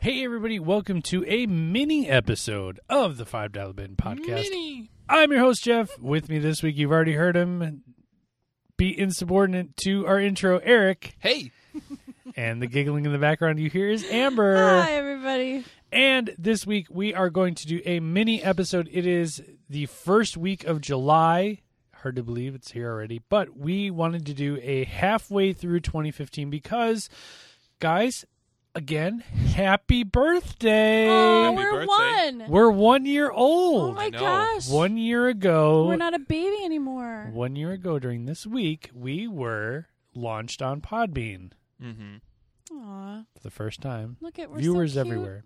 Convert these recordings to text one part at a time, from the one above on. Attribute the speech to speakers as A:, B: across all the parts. A: Hey, everybody, welcome to a mini episode of the Five Dollar Bin Podcast.
B: Mini.
A: I'm your host, Jeff. With me this week, you've already heard him be insubordinate to our intro, Eric.
B: Hey,
A: And the giggling in the background you hear is Amber.
C: Hi, everybody.
A: And this week, we are going to do a mini episode. It is the first week of July. Hard to believe it's here already, but we wanted to do a halfway through 2015 because, guys, again, happy birthday!
C: Oh,
B: Happy
C: we're
B: birthday.
C: one.
A: We're one year
C: Oh
A: old.
C: my
B: know.
C: gosh.
A: one year ago,
C: We're not a baby anymore.
A: one year ago during this week, we were launched on Podbean
B: mm-hmm.
C: Aw,
A: for the first time.
C: look at we're so
A: Viewers
C: cute.
A: everywhere.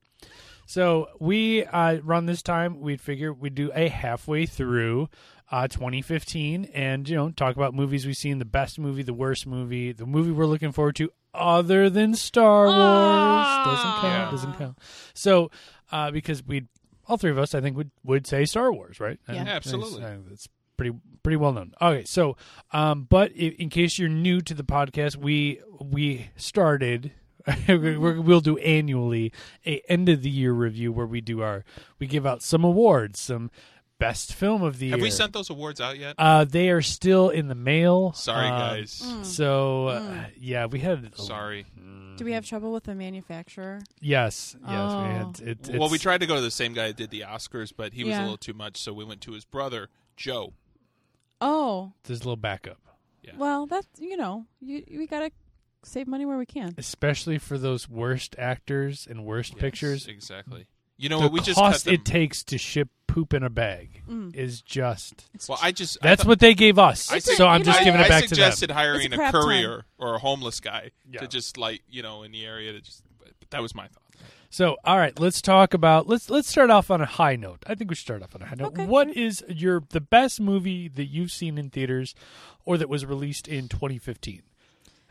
A: So we uh, run this time. We'd figure we'd do a halfway through uh, 2015, and you know, talk about movies we've seen, the best movie, the worst movie, the movie we're looking forward to, other than Star Wars.
C: Ah.
A: Doesn't count.
B: Yeah.
A: Doesn't count. So uh, because we, all three of us, I think would would say Star Wars, right?
C: Yeah.
A: And-
B: Absolutely.
A: and It's, uh, it's pretty pretty well known. Okay, so um, but i in case you're new to the podcast, we we started. we're, we're- we'll do annually a end of the year review where we do our we give out some awards, some best film of the
B: have
A: year.
B: we sent those awards out yet?
A: Uh, they are still in the mail.
B: Sorry,
A: Um,
B: guys.
A: So uh, yeah, we had a-
B: Sorry.
C: Do we have trouble with the manufacturer?
A: Yes, yes,
C: Oh.
A: we had. It,
B: well,
A: it's-
B: we tried to go to the same guy that did the Oscars, but he was a
C: Yeah.
B: little too much, so we went to his brother, Joe.
C: Oh,
A: There's a little backup,
B: Yeah.
C: well, that's you know, you, we gotta save money where we can.
A: especially for those worst actors and worst
B: Yes,
A: pictures.
B: Exactly. You know
A: the
B: what? We just cut
A: cost
B: them.
A: it takes to ship poop in a bag
C: Mm.
A: is just
C: It's
B: well, I just I
A: that's
B: thought-
A: what they gave us.
B: I
A: so
C: think-
A: I'm
C: you
A: just
C: know,
A: giving
B: I,
A: it back
B: I
A: to them.
B: suggested hiring
C: It's a
B: a
C: crap time.
B: courier or a homeless guy
A: Yeah.
B: to just like you know in the area to just. But that was my thought.
A: So all right, let's talk about let's let's start off on a high note. I think we should start off on a high note.
C: Okay.
A: What is your the best movie that you've seen in theaters or that was released in 2015?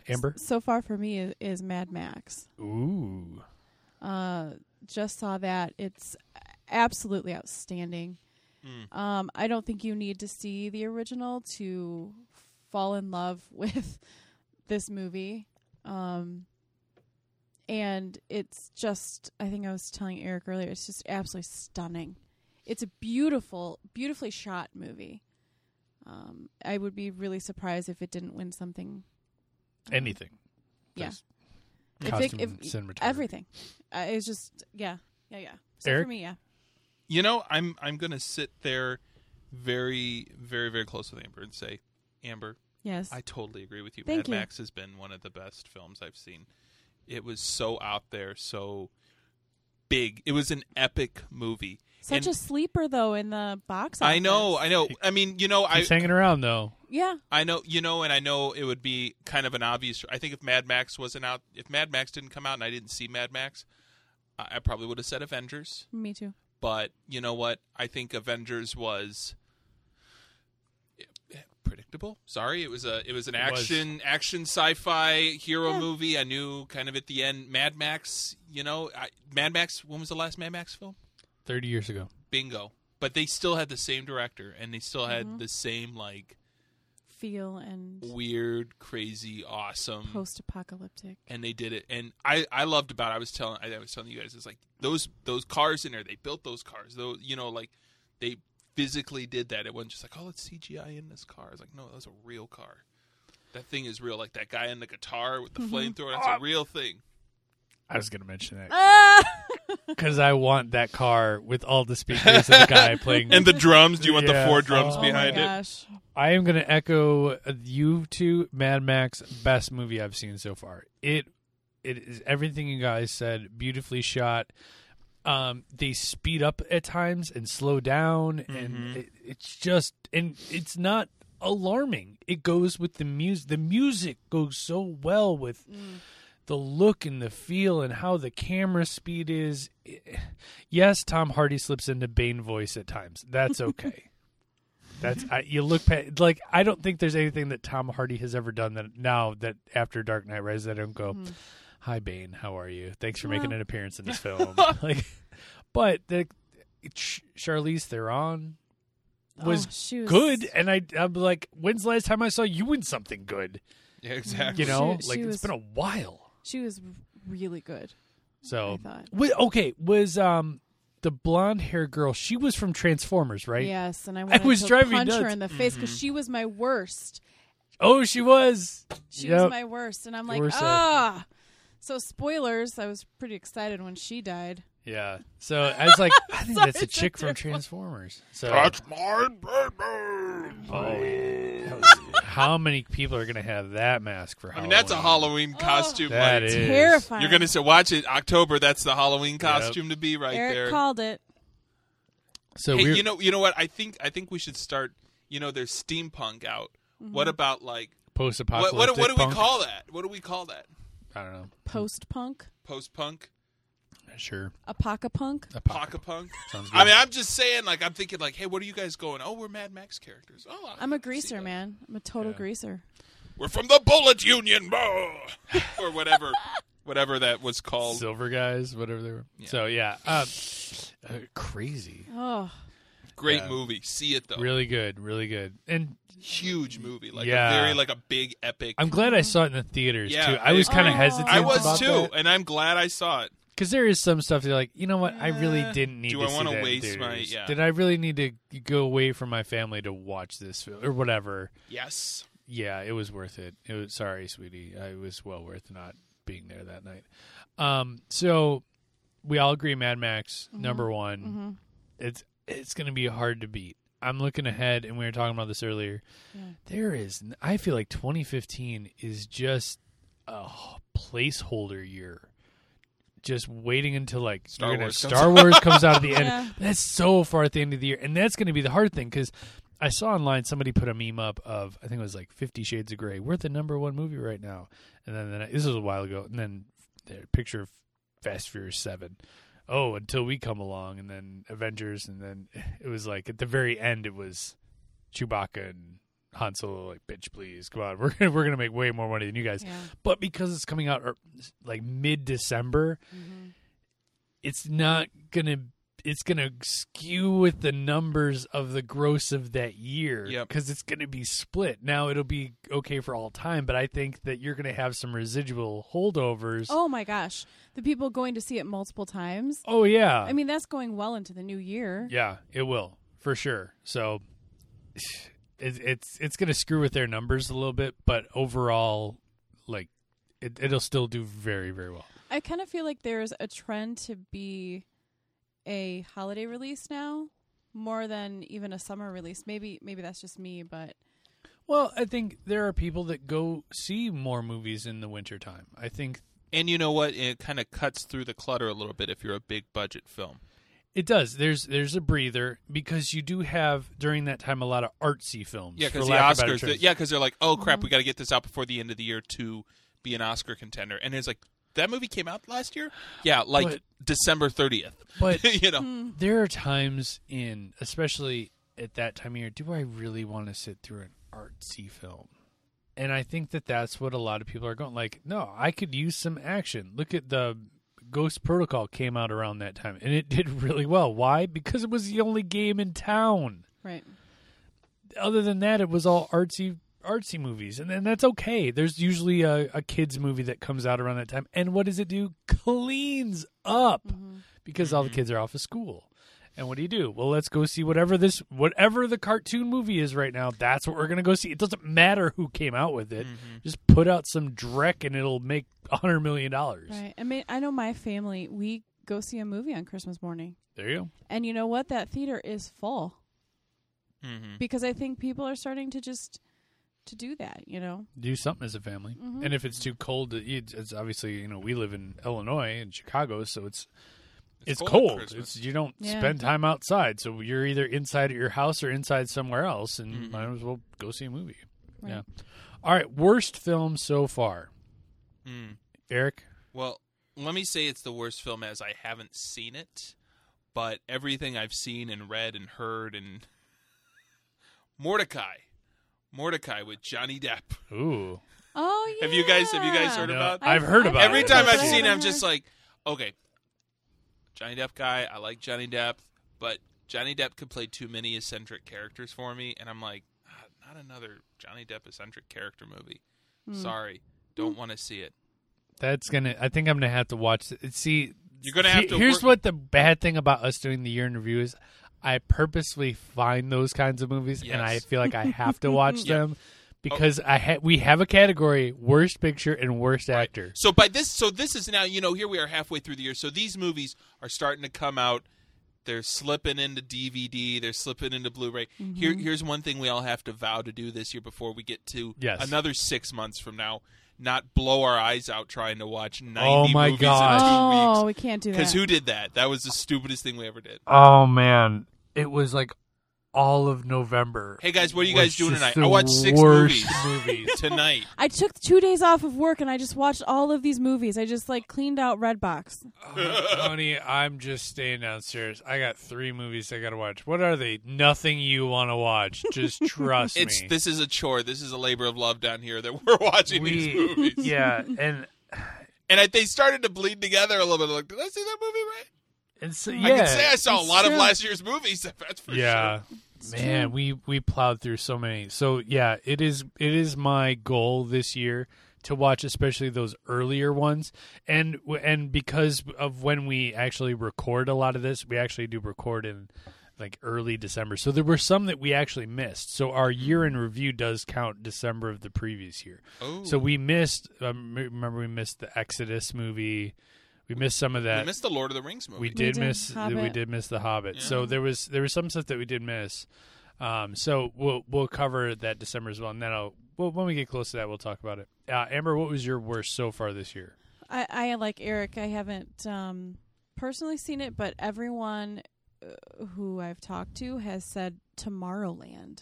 A: Amber?
C: so far for me is, is Mad Max.
A: Ooh.
C: Uh, just saw that. It's absolutely outstanding. Um, I don't think you need to see the original to fall in love with this movie. Um, and it's just, I think I was telling Eric earlier, it's just absolutely stunning. It's a beautiful, beautifully shot movie. Um, I would be really surprised if it didn't win something.
A: Anything.
C: Yeah.
A: Just
C: If it-
A: Costume,
C: if-
A: cinematography.
C: Everything. Uh, it's just, yeah, yeah, yeah. So
A: Eric?
C: for me, yeah.
B: You know, I'm I'm gonna sit there, very very very close with Amber and say, Amber,
C: Yes.
B: I totally agree with you.
C: Thank
B: Mad
C: you.
B: Max has been one of the best films I've seen. It was so out there, so big. It was an epic movie.
C: Such a
B: and
C: sleeper though in the box. Office.
B: I know, I know. I mean, you know, I
A: Keeps hanging around though.
C: Yeah,
B: I know, you know, and I know it would be kind of an obvious. I think if Mad Max wasn't out, if Mad Max didn't come out, and I didn't see Mad Max, I, I probably would have said Avengers.
C: me too.
B: But you know what? I think Avengers was predictable. Sorry, it was a it was an
A: It was.
B: action action sci-fi hero
C: Yeah.
B: movie. I knew kind of at the end Mad Max, you know, I, Mad Max when was the last Mad Max film?
A: 30 years ago.
B: Bingo. But they still had the same director and they still had the same like
C: Feel and
B: weird, crazy, awesome
C: post-apocalyptic.
B: and they did it and i i loved about it. i was telling i was telling you guys it's like those those cars in there they built those cars though you know like they physically did that it wasn't just like oh let's cgi in this car it's like no that was a real car that thing is real like that guy in the guitar with the
C: Mm-hmm.
B: flamethrower that's a real thing
A: I was going to mention that
C: Ah!
A: cuz I want that car with all the speakers and the guy playing
B: and the drums do you want
A: Yeah.
B: the four drums
A: Oh
C: oh
B: behind
C: my
B: it
C: gosh.
A: I am going to echo you two Mad Max best movie I've seen so far. It it is everything you guys said, beautifully shot. Um, they speed up at times and slow down, and it, it's just and it's not alarming. It goes with the music. The music goes so well with
C: Mm.
A: the look and the feel and how the camera speed is. Yes, Tom Hardy slips into Bane voice at times. That's okay. That's I, you look pa like I don't think there's anything that Tom Hardy has ever done that now that after Dark Knight Rises I don't go, hi Bane, how are you? Thanks for making
C: Hmm. Well.
A: an appearance in this film. like, but the it's Charlize Theron, was
C: oh, shoes.
A: good, and I I'm like, when's the last time I saw you in something good?
B: Yeah, exactly.
A: You know,
C: She-
A: like
C: she
A: it's
C: was-
A: been a while.
C: She was r- really good.
A: So,
C: I thought.
A: Wa- okay, was um the blonde hair girl? She was from Transformers, right?
C: Yes, and I wanted
A: was
C: to
A: driving me
C: punch her
A: nuts.
C: in the face
B: Mm-hmm.
C: because she was my worst.
A: Oh, she was.
C: She
A: Yep. uh,
C: was my worst, and I'm
A: You
C: like,
A: were sad.
C: ah. So spoilers. I was pretty excited when she died.
A: Yeah. So I was like, I think
C: Sorry,
A: that's a
C: it's a
A: chick from
C: different-
A: Transformers. So
B: my baby.
A: Oh, yeah. That was- how many people are gonna have that mask for
B: I
A: Halloween?
B: mean, that's a Halloween costume.
A: That
B: like,
A: is-
C: Terrifying.
B: You're gonna say, watch it October. That's the Halloween costume to be right
C: Eric
B: there.
C: called it.
A: So
B: hey,
A: we're,
B: you know, you know what? I think I think we should start. You know, there's steampunk out.
C: Mm-hmm.
B: What about like what,
A: post-apocalyptic.
B: what? What do
A: punk?
B: we call that? What do we call that?
A: I don't know.
C: Post punk,
B: Post punk,
A: Sure.
C: apoca punk.
A: Apoc-
B: pocket punk.
A: Sounds good.
B: I mean, I'm just saying. Like, I'm thinking, like, hey, what are you guys going? Oh, we're Mad Max characters. Oh, I
C: I'm a
B: can see
C: greaser,
B: that.
C: man. I'm a total
A: Yeah.
C: greaser.
B: We're from the Bullet Union, bah! or whatever, whatever that was called.
A: Silver guys, whatever they were. So yeah, um, uh, crazy.
C: Oh,
B: Great
A: Yeah.
B: movie. See it though.
A: Really good, really good. And
B: huge movie. Like
A: Yeah.
B: a very like a big epic.
A: I'm glad I saw it in the theaters
B: Yeah,
A: too. I was kind of
C: Oh.
A: hesitant.
B: I
A: about
B: was too, and I'm glad I saw it.
A: because there is some stuff you're like, you know what? I really
B: Eh,
A: didn't need.
B: do
A: to
B: I
A: want
B: wanna
A: to
B: waste my- yeah.
A: Did I really need to go away from my family to watch this film or whatever?
B: Yes.
A: yeah, it was worth it. It was sorry, sweetie. I it was well worth not being there that night. Um, so we all agree Mad Max number one. It's it's going to be hard to beat. I'm looking ahead, and we were talking about this earlier. There is, n- I feel like 2015 is just a h- placeholder year. Just waiting until like
B: Star
A: you're gonna-
B: Wars comes
A: Star Wars comes out at the end.
C: Yeah.
A: That's so far at the end of the year, and that's going to be the hard thing because I saw online somebody put a meme up of I think it was like Fifty Shades of Grey. We're the number one movie right now, and then, then this was a while ago, and then the picture of Fast Furious Seven. Oh, until we come along, and then Avengers, and then it was like at the very end, it was Chewbacca and Han Solo. Like, bitch, please come on, we're gonna, we're gonna make way more money than you guys.
C: Yeah.
A: But because it's coming out er, like mid December, it's not gonna it's gonna skew with the numbers of the gross of that year
B: Yep.
A: because it's gonna be split. Now it'll be okay for all time, but I think that you're gonna have some residual holdovers.
C: oh my gosh, the people going to see it multiple times.
A: Oh, yeah,
C: I mean, that's going well into the new year.
A: yeah, it will for sure. So it, it's it's gonna screw with their numbers a little bit, but overall, like it, it'll still do very very well.
C: I kind of feel like there's a trend to be a holiday release now more than even a summer release. Maybe maybe that's just me, but
A: Well, I think there are people that go see more movies in the wintertime. I think
B: And you know what? It kind of cuts through the clutter a little bit if you're a big budget film.
A: It does. There's there's a breather because you do have during that time a lot of artsy films.
B: Yeah,
A: for
B: because the
A: lack of better
B: Oscars. They,
A: terms.
B: yeah, because they're like, oh crap, we got to get this out before the end of the year to be an Oscar contender. And it's like that movie came out last year. Yeah, like
A: But- Mm-hmm.
B: December thirtieth.
A: But-
B: you know,
A: there are times in, especially at that time of year, do I really want to sit through an artsy film? And I think that that's what a lot of people are going. Like, no, I could use some action. Look at the Ghost Protocol came out around that time, and it did really well. Why? Because it was the only game in town.
C: right.
A: other than that, it was all artsy artsy movies, and, and that's okay. There's usually a, a kids movie that comes out around that time, and what does it do? Cleans up because all the kids are off of school. And what do you do? Well, let's go see whatever this whatever the cartoon movie is right now. That's what we're gonna go see. It doesn't matter who came out with it. Just put out some dreck, and it'll make a hundred million dollars.
C: Right. I mean, I know my family, we go see a movie on Christmas morning.
A: There you go.
C: And you know what? That theater is full
A: Mm-hmm.
B: Mhm.
C: because I think people are starting to just to do that, you know.
A: do something as a family.
C: Mhm.
A: And if it's too cold, to eat, it's obviously you know we live in Illinois and Chicago, so it's it's,
B: It's cold at
A: cold.
B: Christmas.
A: It's you don't
C: Yeah.
A: spend time outside, so you're either inside at your house or inside somewhere else, and
B: Mm-hmm.
A: might as well go see a movie.
C: Right.
A: Yeah. All right, worst film so far,
B: Mm.
A: Eric.
B: Well, let me say it's the worst film as I haven't seen it, but everything I've seen and read and heard and Mordecai, Mordecai with Johnny Depp.
A: Ooh,
C: Oh yeah.
B: Have you guys- have you guys heard
A: No,
B: about-
A: I've heard about
B: Every
A: it.
B: time
A: I've
B: I've seen it,
C: it,
B: I'm just like, okay, Johnny Depp guy. I like Johnny Depp, but Johnny Depp could play too many eccentric characters for me, and I'm like, "Ah, not another Johnny Depp eccentric character movie.
A: Hmm.
B: Sorry, don't want to see it.
A: That's gonna. I think I'm gonna have to watch it. See,
B: You're gonna have
A: he-
B: to
A: Here's
B: work-
A: what the bad thing about us doing the year in review is: I purposely find those kinds of movies, and I
B: Yes. Oh.
A: feel like I have to watch
B: Yeah.
A: them because I ha- we have a category: worst picture and worst actor.
B: So by this, so this is now you know here we are halfway through the year. So these movies are starting to come out. They're slipping into DVD. They're slipping into Blu-ray. Here, here's one thing we all have to vow to do this year before we get to
A: Yes.
B: another six months from now. Not blow our eyes out trying to watch ninety
A: Oh my
B: movies
A: gosh.
B: in two weeks.
C: Oh, we can't do that.
B: Because who did that? That was the stupidest thing we ever did.
A: Oh man, it was like all of November.
B: Hey guys, what are you
A: was
B: guys doing
A: just
B: tonight?
A: the
B: I watched six
A: worst
B: movies, tonight.
C: I took two days off of work and I just watched all of these movies. I just like cleaned out Redbox.
A: Honey, Oh, I'm just staying downstairs. I got three movies I gotta watch. What are they? Nothing you want to watch. Just trust
B: It's
A: me.
B: this is a chore. This is a labor of love down here that we're watching these movies.
A: yeah, and
B: and I, they started to bleed together a little bit. Like, did I see that movie right?
A: and so
B: I
A: yeah,
B: can say I saw a
C: It's
B: lot
C: true.
B: of last year's movies. That's for
A: yeah.
B: sure.
A: Man,
C: true.
A: we we plowed through so many. So yeah, it is it is my goal this year to watch especially those earlier ones and w- and because of when we actually record a lot of this, we actually do record in like early December. So there were some that we actually missed. So our year in review does count December of the previous year.
B: Oh,
A: So we missed um, remember we missed the Exodus movie. We missed some of that.
B: we missed the Lord of the Rings movie.
A: We did
C: did
A: miss we
C: Hobbit.
A: did miss the Hobbit. So there was there was some stuff that we did miss. Um, so we'll we'll cover that December as well, and then I'll well, when we get close to that, we'll talk about it. Uh, Amber, what was your worst so far this year?
C: I, I like Eric. I haven't um, personally seen it, but everyone uh, who I've talked to has said Tomorrowland.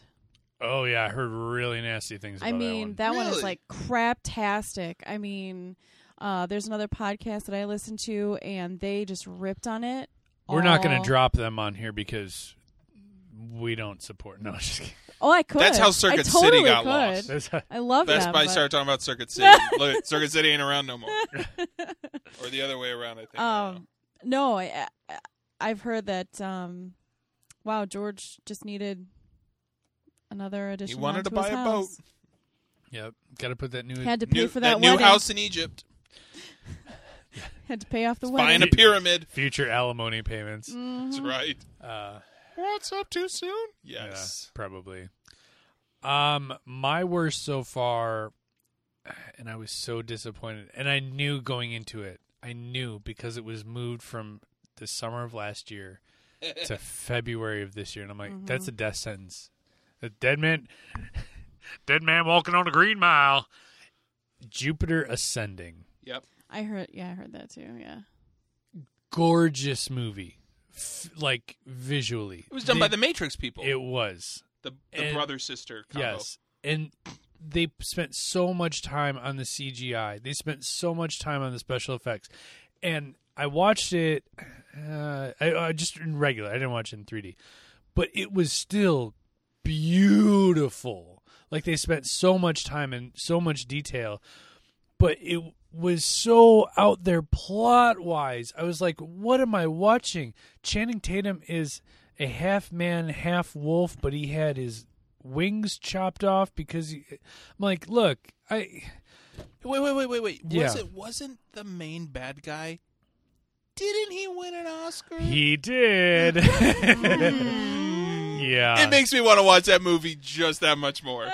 A: Oh yeah, I heard really nasty things. About
C: I mean,
A: that
C: that one, is
B: Really?
C: like craptastic. I mean, uh, there's another podcast that I listen to, and they just ripped on it.
A: one. we're not going
C: all-
A: to drop them on here because we don't support. No, just kidding.
C: Oh, I could.
B: That's how
C: I
B: Circuit City
C: totally
B: got
C: could.
B: lost.
A: That's-
C: I love
B: Best
C: them,
B: Buy
C: but-
B: started talking about Circuit City. Look, Circuit City ain't around no more. or the other way around, I think. I don't know.
C: Um, no, I, I, I've heard that. Um, wow, George just needed another addition.
B: wanted
C: onto
B: to buy
C: his
B: a
C: house.
A: yep, got to put that new.
C: Had to pay
B: New-
C: for that,
B: new
C: wedding.
B: house in Egypt.
C: Had to pay off the
B: Buying
C: wedding. Mm-hmm.
B: a pyramid.
A: Future alimony payments.
C: Mm.
B: That's right.
A: Uh,
B: What's up too soon?
A: Yeah,
B: Yes.
A: probably. Um, my worst so far, and I was so disappointed. And I knew going into it, I knew because it was moved from the summer of last year to February of this year, and I'm like, that's a death sentence. A dead man, dead man walking on the green mile. Jupiter ascending,
B: Yep.
C: I heard. Yeah, I heard that too. Yeah.
A: gorgeous movie, F- like visually.
B: It was done by the Matrix people.
A: It was.
B: the
A: and-
B: the brother sister combo.
A: Yes. And they spent so much time on the CGI. They spent so much time on the special effects. And I watched it uh, I, I just in regular. I didn't watch it in 3D. But it was still beautiful. Like they spent so much time and so much detail. But it was so out there plot wise. I was like, what am I watching? Channing Tatum is a half man, half wolf, but he had his wings chopped off because he, I'm like, look, I
B: Wait, wait, wait, wait, wait.
A: Yeah.
B: Was it wasn't the main bad guy? Didn't he win an Oscar?
A: he did. yeah. uh,
B: It makes me want to watch that movie just that much more.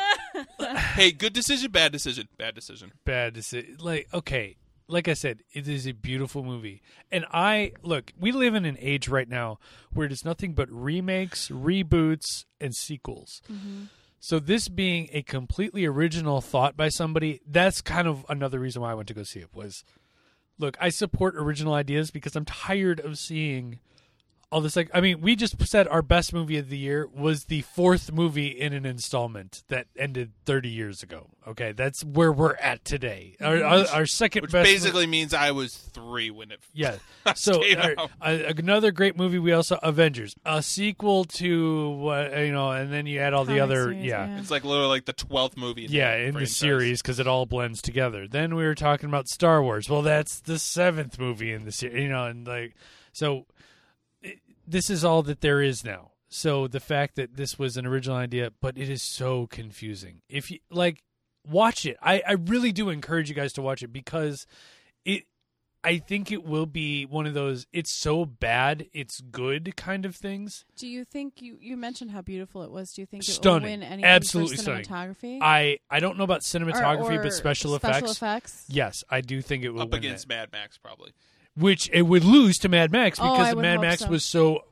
B: hey, good decision, bad decision, bad decision.
A: bad to say. Like, okay, like I said, it is a beautiful movie, and I look. We live in an age right now where it is nothing but remakes, reboots, and sequels. So this being a completely original thought by somebody, that's kind of another reason why I went to go see it. Was look, I support original ideas because I'm tired of seeing. All this, like, I mean, we just said our best movie of the year was the fourth movie in an installment that ended 30 years ago. Okay, that's where we're at today. Our, our, our second
B: Which
A: best, mo-
B: basically means I was three when it.
A: yeah. So
B: Came
A: all right,
B: out.
A: a- another great movie we also Avengers, a sequel to what you know, and then you add all the
C: Comic
A: other,
C: series,
A: yeah.
B: It's like literally like the twelfth movie. In
A: Yeah,
B: the
A: in the
B: franchise.
A: series because it all blends together. Then we were talking about Star Wars. Well, that's the seventh movie in the series, you know, and like so. It, this is all that there is now. So the fact that this was an original idea, but it is so confusing. If you like, watch it. I, I really do encourage you guys to watch it because it. I think it will be one of those. It's so bad, it's good kind of things.
C: Do you think you you mentioned how beautiful it was? Do you think
A: Stunning.
C: it will win anything
A: Absolutely
C: for
A: stunning.
C: cinematography?
A: I I don't know about
C: Or-
A: cinematography,
C: or
A: but special, effects.
C: effects?
A: Yes, I do think it will
B: up
A: win
B: against
A: that.
B: Mad Max probably.
A: which it would lose to Mad Max
C: Oh,
A: because
C: I
A: the
C: would
A: Mad
C: hope
A: Max
C: so.
A: was so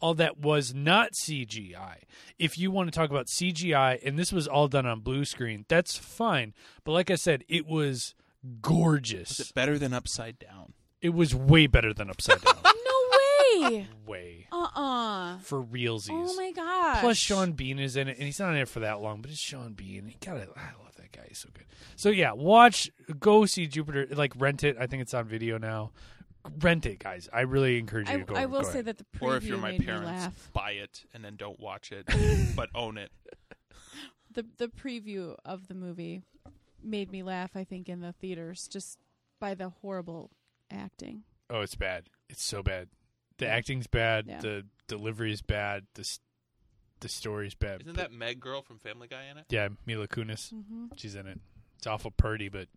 A: all that was not CGI. If you want to talk about CGI and this was all done on blue screen, that's fine. But like I said, it was gorgeous.
B: Is it better than Upside Down?
A: It was way better than Upside Down.
C: No way.
A: way
C: Uh uh
A: for realsies.
C: Oh my god.
A: Plus, Sean Bean is in it, and he's not in it for that long, but it's Sean Bean. He got it. I love that guy. He's so good. So yeah, watch, go see Jupiter. Like rent it. I think it's on video now. Rent it, guys. I really encourage you
C: I,
A: to go.
C: I will
A: go
C: say
A: ahead.
C: that the preview
B: Or if you're my
C: made me
B: parents,
C: laugh.
B: buy it and then don't watch it, but own it.
C: The the preview of the movie made me laugh. I think in the theaters just by the horrible acting.
A: Oh, it's bad. It's so bad. The acting's bad.
C: Yeah.
A: The delivery is bad. The s- the story's bad.
B: Isn't that Meg girl from Family Guy in it?
A: Yeah, Mila Kunis.
C: Mm-hmm.
A: She's in it. It's awful pretty, but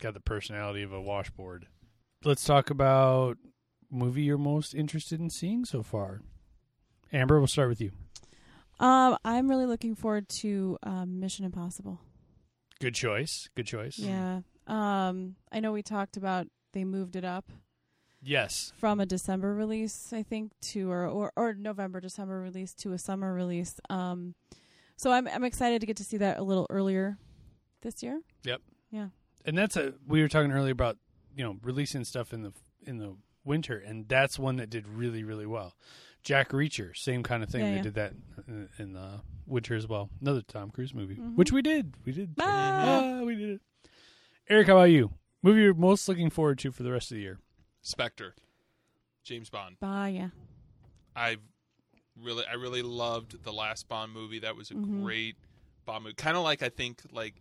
A: got the personality of a washboard. Let's talk about movie you're most interested in seeing so far. Amber, we'll start with you.
C: Um, I'm really looking forward to um, Mission Impossible.
A: Good choice. Good choice.
C: Yeah. Um, I know we talked about they moved it up
A: Yes.
C: from a December release, I think, to or or, or November December release to a summer release. Um, so I'm I'm excited to get to see that a little earlier this year.
A: and that's a we were talking earlier about you know releasing stuff in the in the winter and that's one that did really really well jack reacher same kind of thing
C: Yeah,
A: they
C: yeah.
A: did that in, in the winter as well another tom cruise movie
C: Mhm.
A: which we did we did
C: Ah!
A: Ah, we did it eric how about you movie you're most looking forward to for the rest of the year
B: Spectre, James Bond.
C: Bah, yeah.
B: I really, I really loved the last Bond movie. That was a
C: Mhm.
B: great Bond movie. Kind of like I think like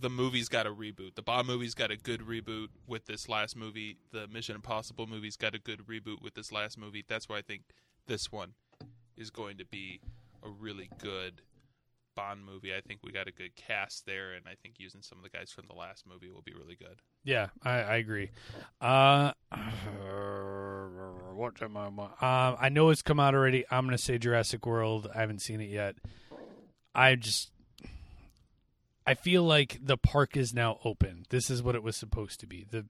B: the movie's got a reboot. The Bond movie's got a good reboot with this last movie. The Mission Impossible movie's got a good reboot with this last movie. That's why I think this one is going to be a really good Bond movie. I think we got a good cast there, and I think using some of the guys from the last movie will be really good.
A: yeah i, I agree uh what am i um, i know it's come out already i'm gonna say jurassic world i haven't seen it yet I just I feel like the park is now open. This is what it was supposed to be. The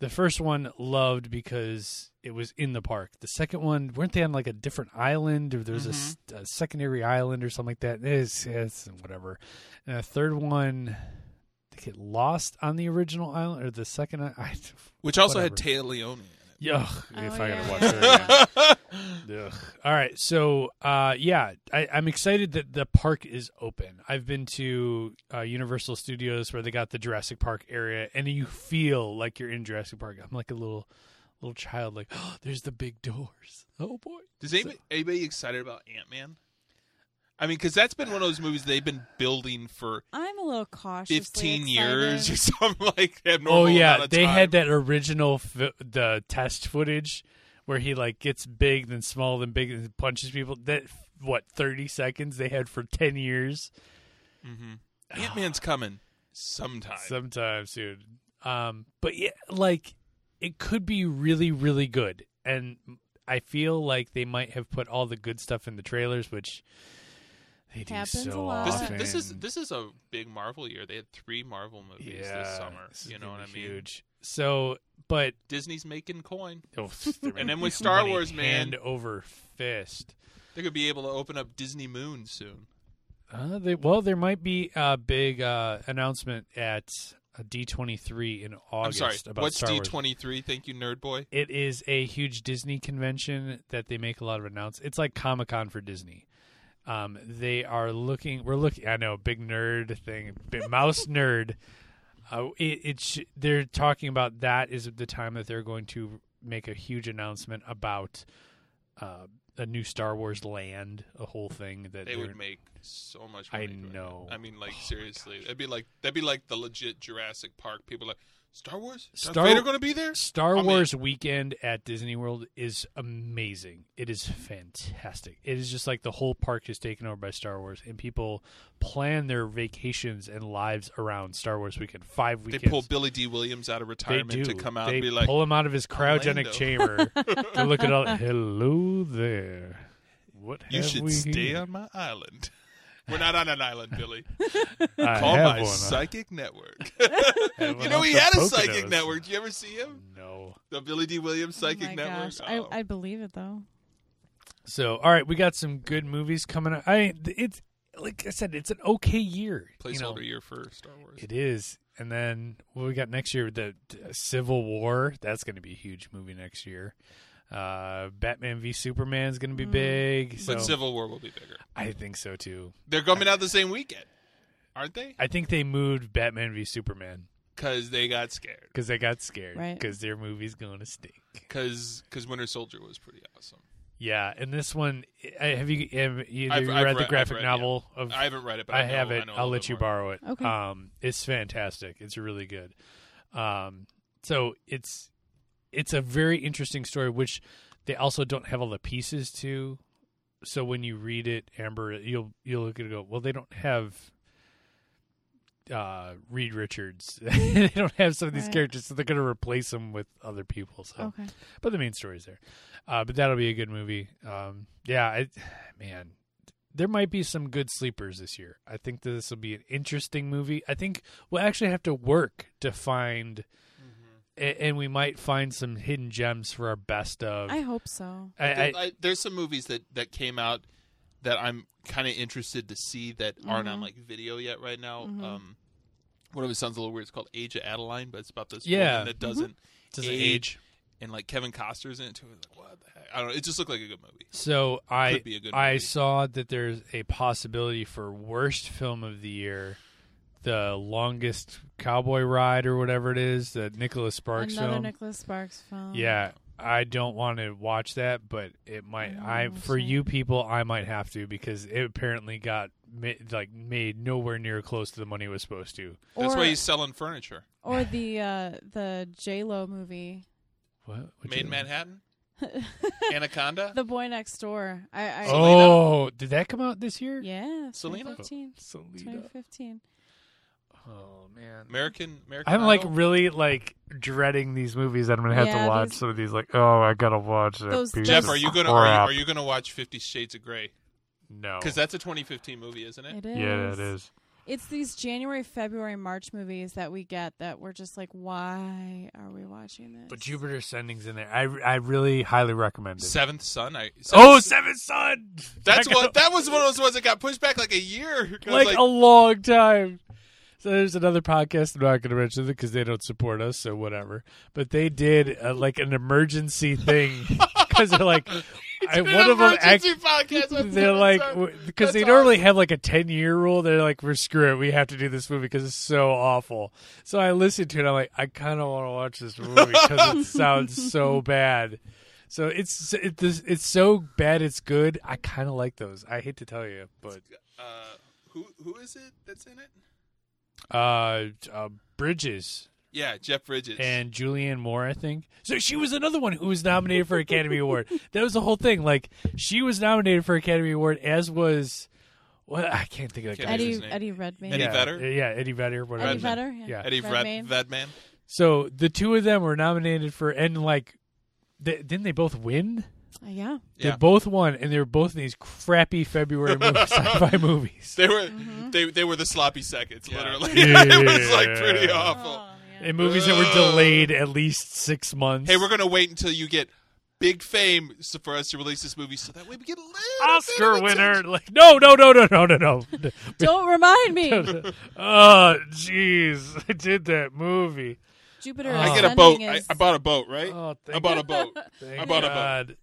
A: the first one loved because it was in the park. The second one, weren't they on like a different island or there's a s a secondary island or something like that? It's, it's whatever. And the third one, they get lost on the original island or the second. I, I
B: Which also
A: Whatever.
B: had Taya Leone.
A: ugh,
C: Oh,
A: if I
C: yeah,
A: gotta watch
C: yeah,
A: that.
B: In
A: again.
C: yeah.
B: it.
A: Ugh. All right. So, uh, yeah, I, I'm excited that the park is open. I've been to uh, Universal Studios where they got the Jurassic Park area, and you feel like you're in Jurassic Park. I'm like a little little child, like, oh, there's the big doors. Oh boy.
B: Does anybody, anybody excited about Ant Man? I mean, because that's been one of those movies they've been building for
C: I'm a little cautious.
B: 15 years or something like abnormal
A: oh
B: amount
A: yeah,
B: of
A: they
B: time.
A: had that original f- the test footage where he like gets big, then small, then big, and punches people. That what 30 seconds they had for 10 years.
B: Ant Man's Mm-hmm. coming sometime.
A: Sometimes, dude. Um, but yeah, like it could be really, really good, and I feel like they might have put all the good stuff in the trailers, which they do
C: Happens
A: so
C: a lot.
B: this,
A: often.
B: this is this is a big Marvel year. They had three Marvel movies
A: yeah,
B: this summer.
A: this is
B: You know
A: gonna
B: what I
A: be
B: mean?
A: Huge. So, but
B: Disney's making coin.
A: oh,
B: And then with Star Wars, man.
A: hand over fist.
B: They're gonna be able to open up Disney Moon soon.
A: Uh, they, well, there might be a big uh, announcement at D twenty three in August
B: I'm sorry.
A: about
B: What's
A: Star
B: D
A: Wars.
B: twenty three? Thank you, nerd boy.
A: It is a huge Disney convention that they make a lot of announcements. It's like Comic Con for Disney. Um, they are looking. We're looking. I know, big nerd thing, big mouse nerd. Uh, it, it sh- they're talking about that is the time that they're going to make a huge announcement about uh, a new Star Wars land, a whole thing that
B: They
A: they're-
B: would make so much
A: I
B: money. doing that.
A: know. Oh
B: I mean, like seriously, that'd be like that'd be like the legit Jurassic Park. People are like Star Wars? Darth
A: Star-
B: Vader going to be there?
A: Star
B: I'm in.
A: Wars weekend at Disney World is amazing. It is fantastic. It is just like the whole park is taken over by Star Wars, and people plan their vacations and lives around Star Wars weekend. Five
B: They
A: weekends.
B: pull Billy D. Williams out of
A: They
B: retirement
A: do.
B: to come out
A: They
B: and be like,
A: pull him out of his cryogenic
B: "Orlando."
A: chamber to look at all. Hello there. What
B: "You
A: have
B: should
A: we
B: stay
A: here?
B: on my island." We're not on an island, Billy.
A: I
B: Call
A: have
B: my
A: one.
B: psychic network.
A: I have
B: you
A: one
B: know
A: off
B: he
A: the
B: had a
A: Poconos.
B: psychic network. Did you ever see him?
A: No.
B: The Billy D. Williams psychic
C: oh my
B: network.
C: Gosh.
B: Oh.
C: I I believe it though.
A: So, all right, we got some good movies coming. up. I it's like I said, it's an okay year. you know.
B: placeholder year for Star Wars.
A: It is. And then what we got next year, the uh, Civil War. That's going to be a huge movie next year. Uh, Batman v Superman is going to be
C: Mm.
A: big. So
B: But Civil War will be bigger.
A: I think so too.
B: They're coming out the same weekend, aren't they?
A: I think they moved Batman v Superman
B: Because they got scared.
A: because they got scared
C: Right.
A: because their movie's going to stink.
B: Because Winter Soldier was pretty awesome.
A: Yeah, and this one, I- have you have you
B: I've-
A: you read
B: I've re-
A: the
B: I've
A: graphic
B: read, yeah.
A: novel of
B: I haven't read it, but
A: I
B: know-
A: have it.
B: know a
A: I'll
B: little
A: let
B: bit
A: you
B: more.
A: borrow it.
C: Okay.
A: Um, it's fantastic. It's really good. Um, so it's it's a very interesting story, which they also don't have all the pieces to. So when you read it, Amber, you'll you'll look at it and go, well, they don't have uh Reed Richards. they don't have some of these
C: Right. Oh,
A: characters, so they're going to replace them with other people. So
C: Okay.
A: but the main story's there. Uh, but that'll be a good movie. Um, yeah, I, man, there might be some good sleepers this year. I think that this will be an interesting movie. I think we'll actually have to work to find,
B: Mm-hmm.
A: a- and we might find some hidden gems for our best of.
C: I hope so.
A: I- I-
B: There- I- there's some movies that, that came out that I'm kind of interested to see that aren't
C: Mm-hmm.
B: on like video yet right now. Um, one of it sounds a little weird. It's called Age of Adeline, but it's about this
A: Yeah.
C: Mm-hmm.
B: woman that doesn't
A: doesn't
B: age,
A: age.
B: and like Kevin Costner's in it too. It's Like what the heck? I don't know. It just looked like a good movie.
A: So I
B: Could be a good
A: I
B: movie.
A: saw that there's a possibility for worst film of the year, the longest cowboy ride or whatever it is, the Nicholas Sparks
C: Another
A: film.
C: Nicholas Sparks film.
A: Yeah, I don't want to watch that, but it might.
C: don't
A: I
C: wanna
A: for
C: watch
A: you people, I might have to because it apparently got ma- like made nowhere near close to the money it was supposed to.
B: That's
C: or,
B: why he's selling furniture.
C: or the uh, the J Lo movie,
A: What? What'd
B: Made
A: you-
B: in Manhattan, Anaconda.
C: The Boy Next Door. I, I
A: Oh, did that come out this year?
C: yeah,
B: Selena?
C: 2015.
A: Salida.
C: 2015.
A: Oh man.
B: American American.
A: I'm like
B: Idol?
A: really like dreading these movies that I'm gonna have
C: Yeah,
A: to watch.
C: these-
A: Some of these like, oh, I gotta watch that
C: Those-
A: piece
B: Jeff,
A: of
B: are you gonna are you,
A: crap.
B: are you gonna watch Fifty Shades of Grey?
A: no?
B: Because that's a 2015 movie, isn't it?
C: It is.
A: yeah, it is.
C: It's these January, February, March movies that we get that we're just like, why are we watching this?
A: But Jupiter Ascending's in there. I I really highly recommend it.
B: Seventh Son. I
A: Oh, Seven
B: Seventh-
A: Son.
B: that's
A: Check
B: what
A: out-
B: that was one of those ones that got pushed back like a year. 'Cause,
A: like, oh, a long time. So there's another podcast. I'm not going to mention it because they don't support us, so whatever. But they did uh, like an emergency thing because they're like, I,
B: An
A: one of them act,
B: emergency podcast on
A: they're
B: Seventh
A: like
B: Son.
A: because they
B: That's
A: normally have like a 10 year rule they're like we're screw it we have to do this movie because it's so awful so i listened to it and i'm like i kind of want to watch this movie because it sounds so bad so it's it, this, it's so bad it's good i kind of like those i hate to tell you but
B: Uh, who who is it that's in it?
A: uh, uh bridges
B: Yeah, Jeff Bridges.
A: and Julianne Moore, I think. So she was another one who was nominated for Academy Award. That was the whole thing. Like she was nominated for Academy Award, as was well, I can't think of that guy's
B: Can't think
C: Eddie
B: his name.
C: Eddie Redmayne.
B: Eddie
A: yeah,
B: Vedder?
A: Yeah, Eddie Vedder. Whatever.
C: Eddie
B: Redmayne.
C: Vedder.
A: Yeah.
B: Eddie Red,
C: Redmayne.
B: Redman.
A: So the two of them were nominated for, and like, they, didn't they both win?
C: Uh, yeah.
B: Yeah.
A: They both won, and they were both in these crappy February movies, sci-fi movies.
B: They were they they were the sloppy seconds, literally.
A: Yeah.
B: it was like pretty
A: Yeah.
B: awful.
C: Oh,
A: And movies that were delayed at least six months.
B: Hey, we're gonna wait until you get big fame s- for us to release this movie, so that way we get a little bit
A: Oscar
B: of
A: winner.
B: attention.
A: Like, no, no, no, no, no, no, no.
C: Don't remind me.
A: oh, jeez, I did that movie.
C: Jupiter.
A: I
B: I
A: Oh.
B: get a
C: Ascending
B: boat. I,
C: Is,
B: I bought a boat, right?
A: Oh, thank
B: I bought a boat.
A: Thank
B: I bought a
A: God.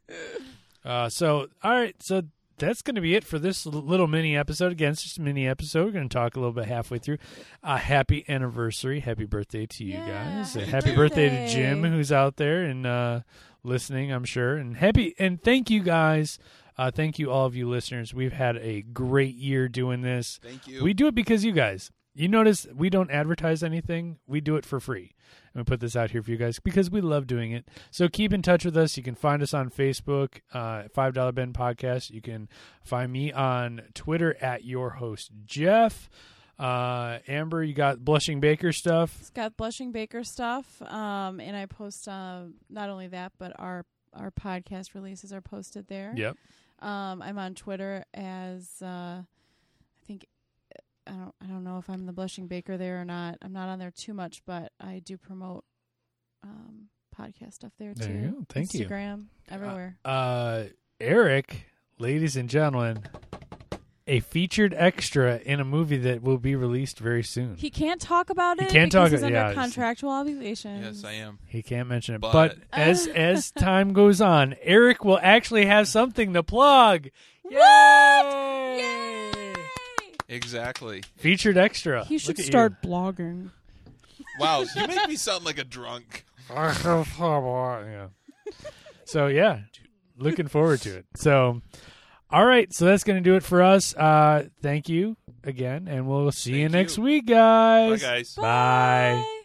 A: Uh, so, all right, so that's going to be it for this l- little mini episode. Again, it's just a mini episode. We're going to talk a little bit halfway through. Uh, happy anniversary, happy birthday to you
C: Yeah,
A: guys. Uh,
C: happy
A: happy birthday. to
C: birthday.
A: Jim, who's out there and uh, listening, I'm sure. And happy and thank you guys. Uh, thank you, all of you listeners. We've had a great year doing this.
B: Thank you.
A: We do it because you guys. You notice we don't advertise anything. We do it for free. and we put this out here for you guys because we love doing it. So keep in touch with us. You can find us on Facebook, uh, Five Dollar Ben Podcast. You can find me on Twitter at your host Jeff. Uh, Amber, you got blushing baker stuff.
C: It's got blushing baker stuff, um, and I post uh, not only that, but our our podcast releases are posted there.
A: Yep.
C: Um, I'm on Twitter as uh, I think I don't I don't know if I'm the blushing baker there or not. I'm not on there too much, but I do promote um, podcast stuff there
A: There
C: too.
A: you go. Thank you.
C: Instagram everywhere.
A: Uh, Eric, ladies and gentlemen, a featured extra in a movie that will be released very soon.
C: he can't talk about
A: He
C: it.
A: can't
C: because
A: talk
C: he's
A: it-
C: under
A: yeah, it's-
C: contractual obligations.
B: Yes, I am.
A: He can't mention it. But,
B: But-
A: as as time goes on, Eric will actually have something to plug. Yay!
B: Exactly.
A: Featured extra.
C: He
A: Uh,
C: should
A: Look at
C: start blogging.
B: Wow, you make me sound like a drunk.
A: you. yeah. So yeah, looking forward to it. So, all right. So that's gonna do it for us. Uh, thank you again, and we'll see you
B: Thank
A: next
B: you.
A: week, guys.
B: Bye, guys.
A: Bye.
C: Bye.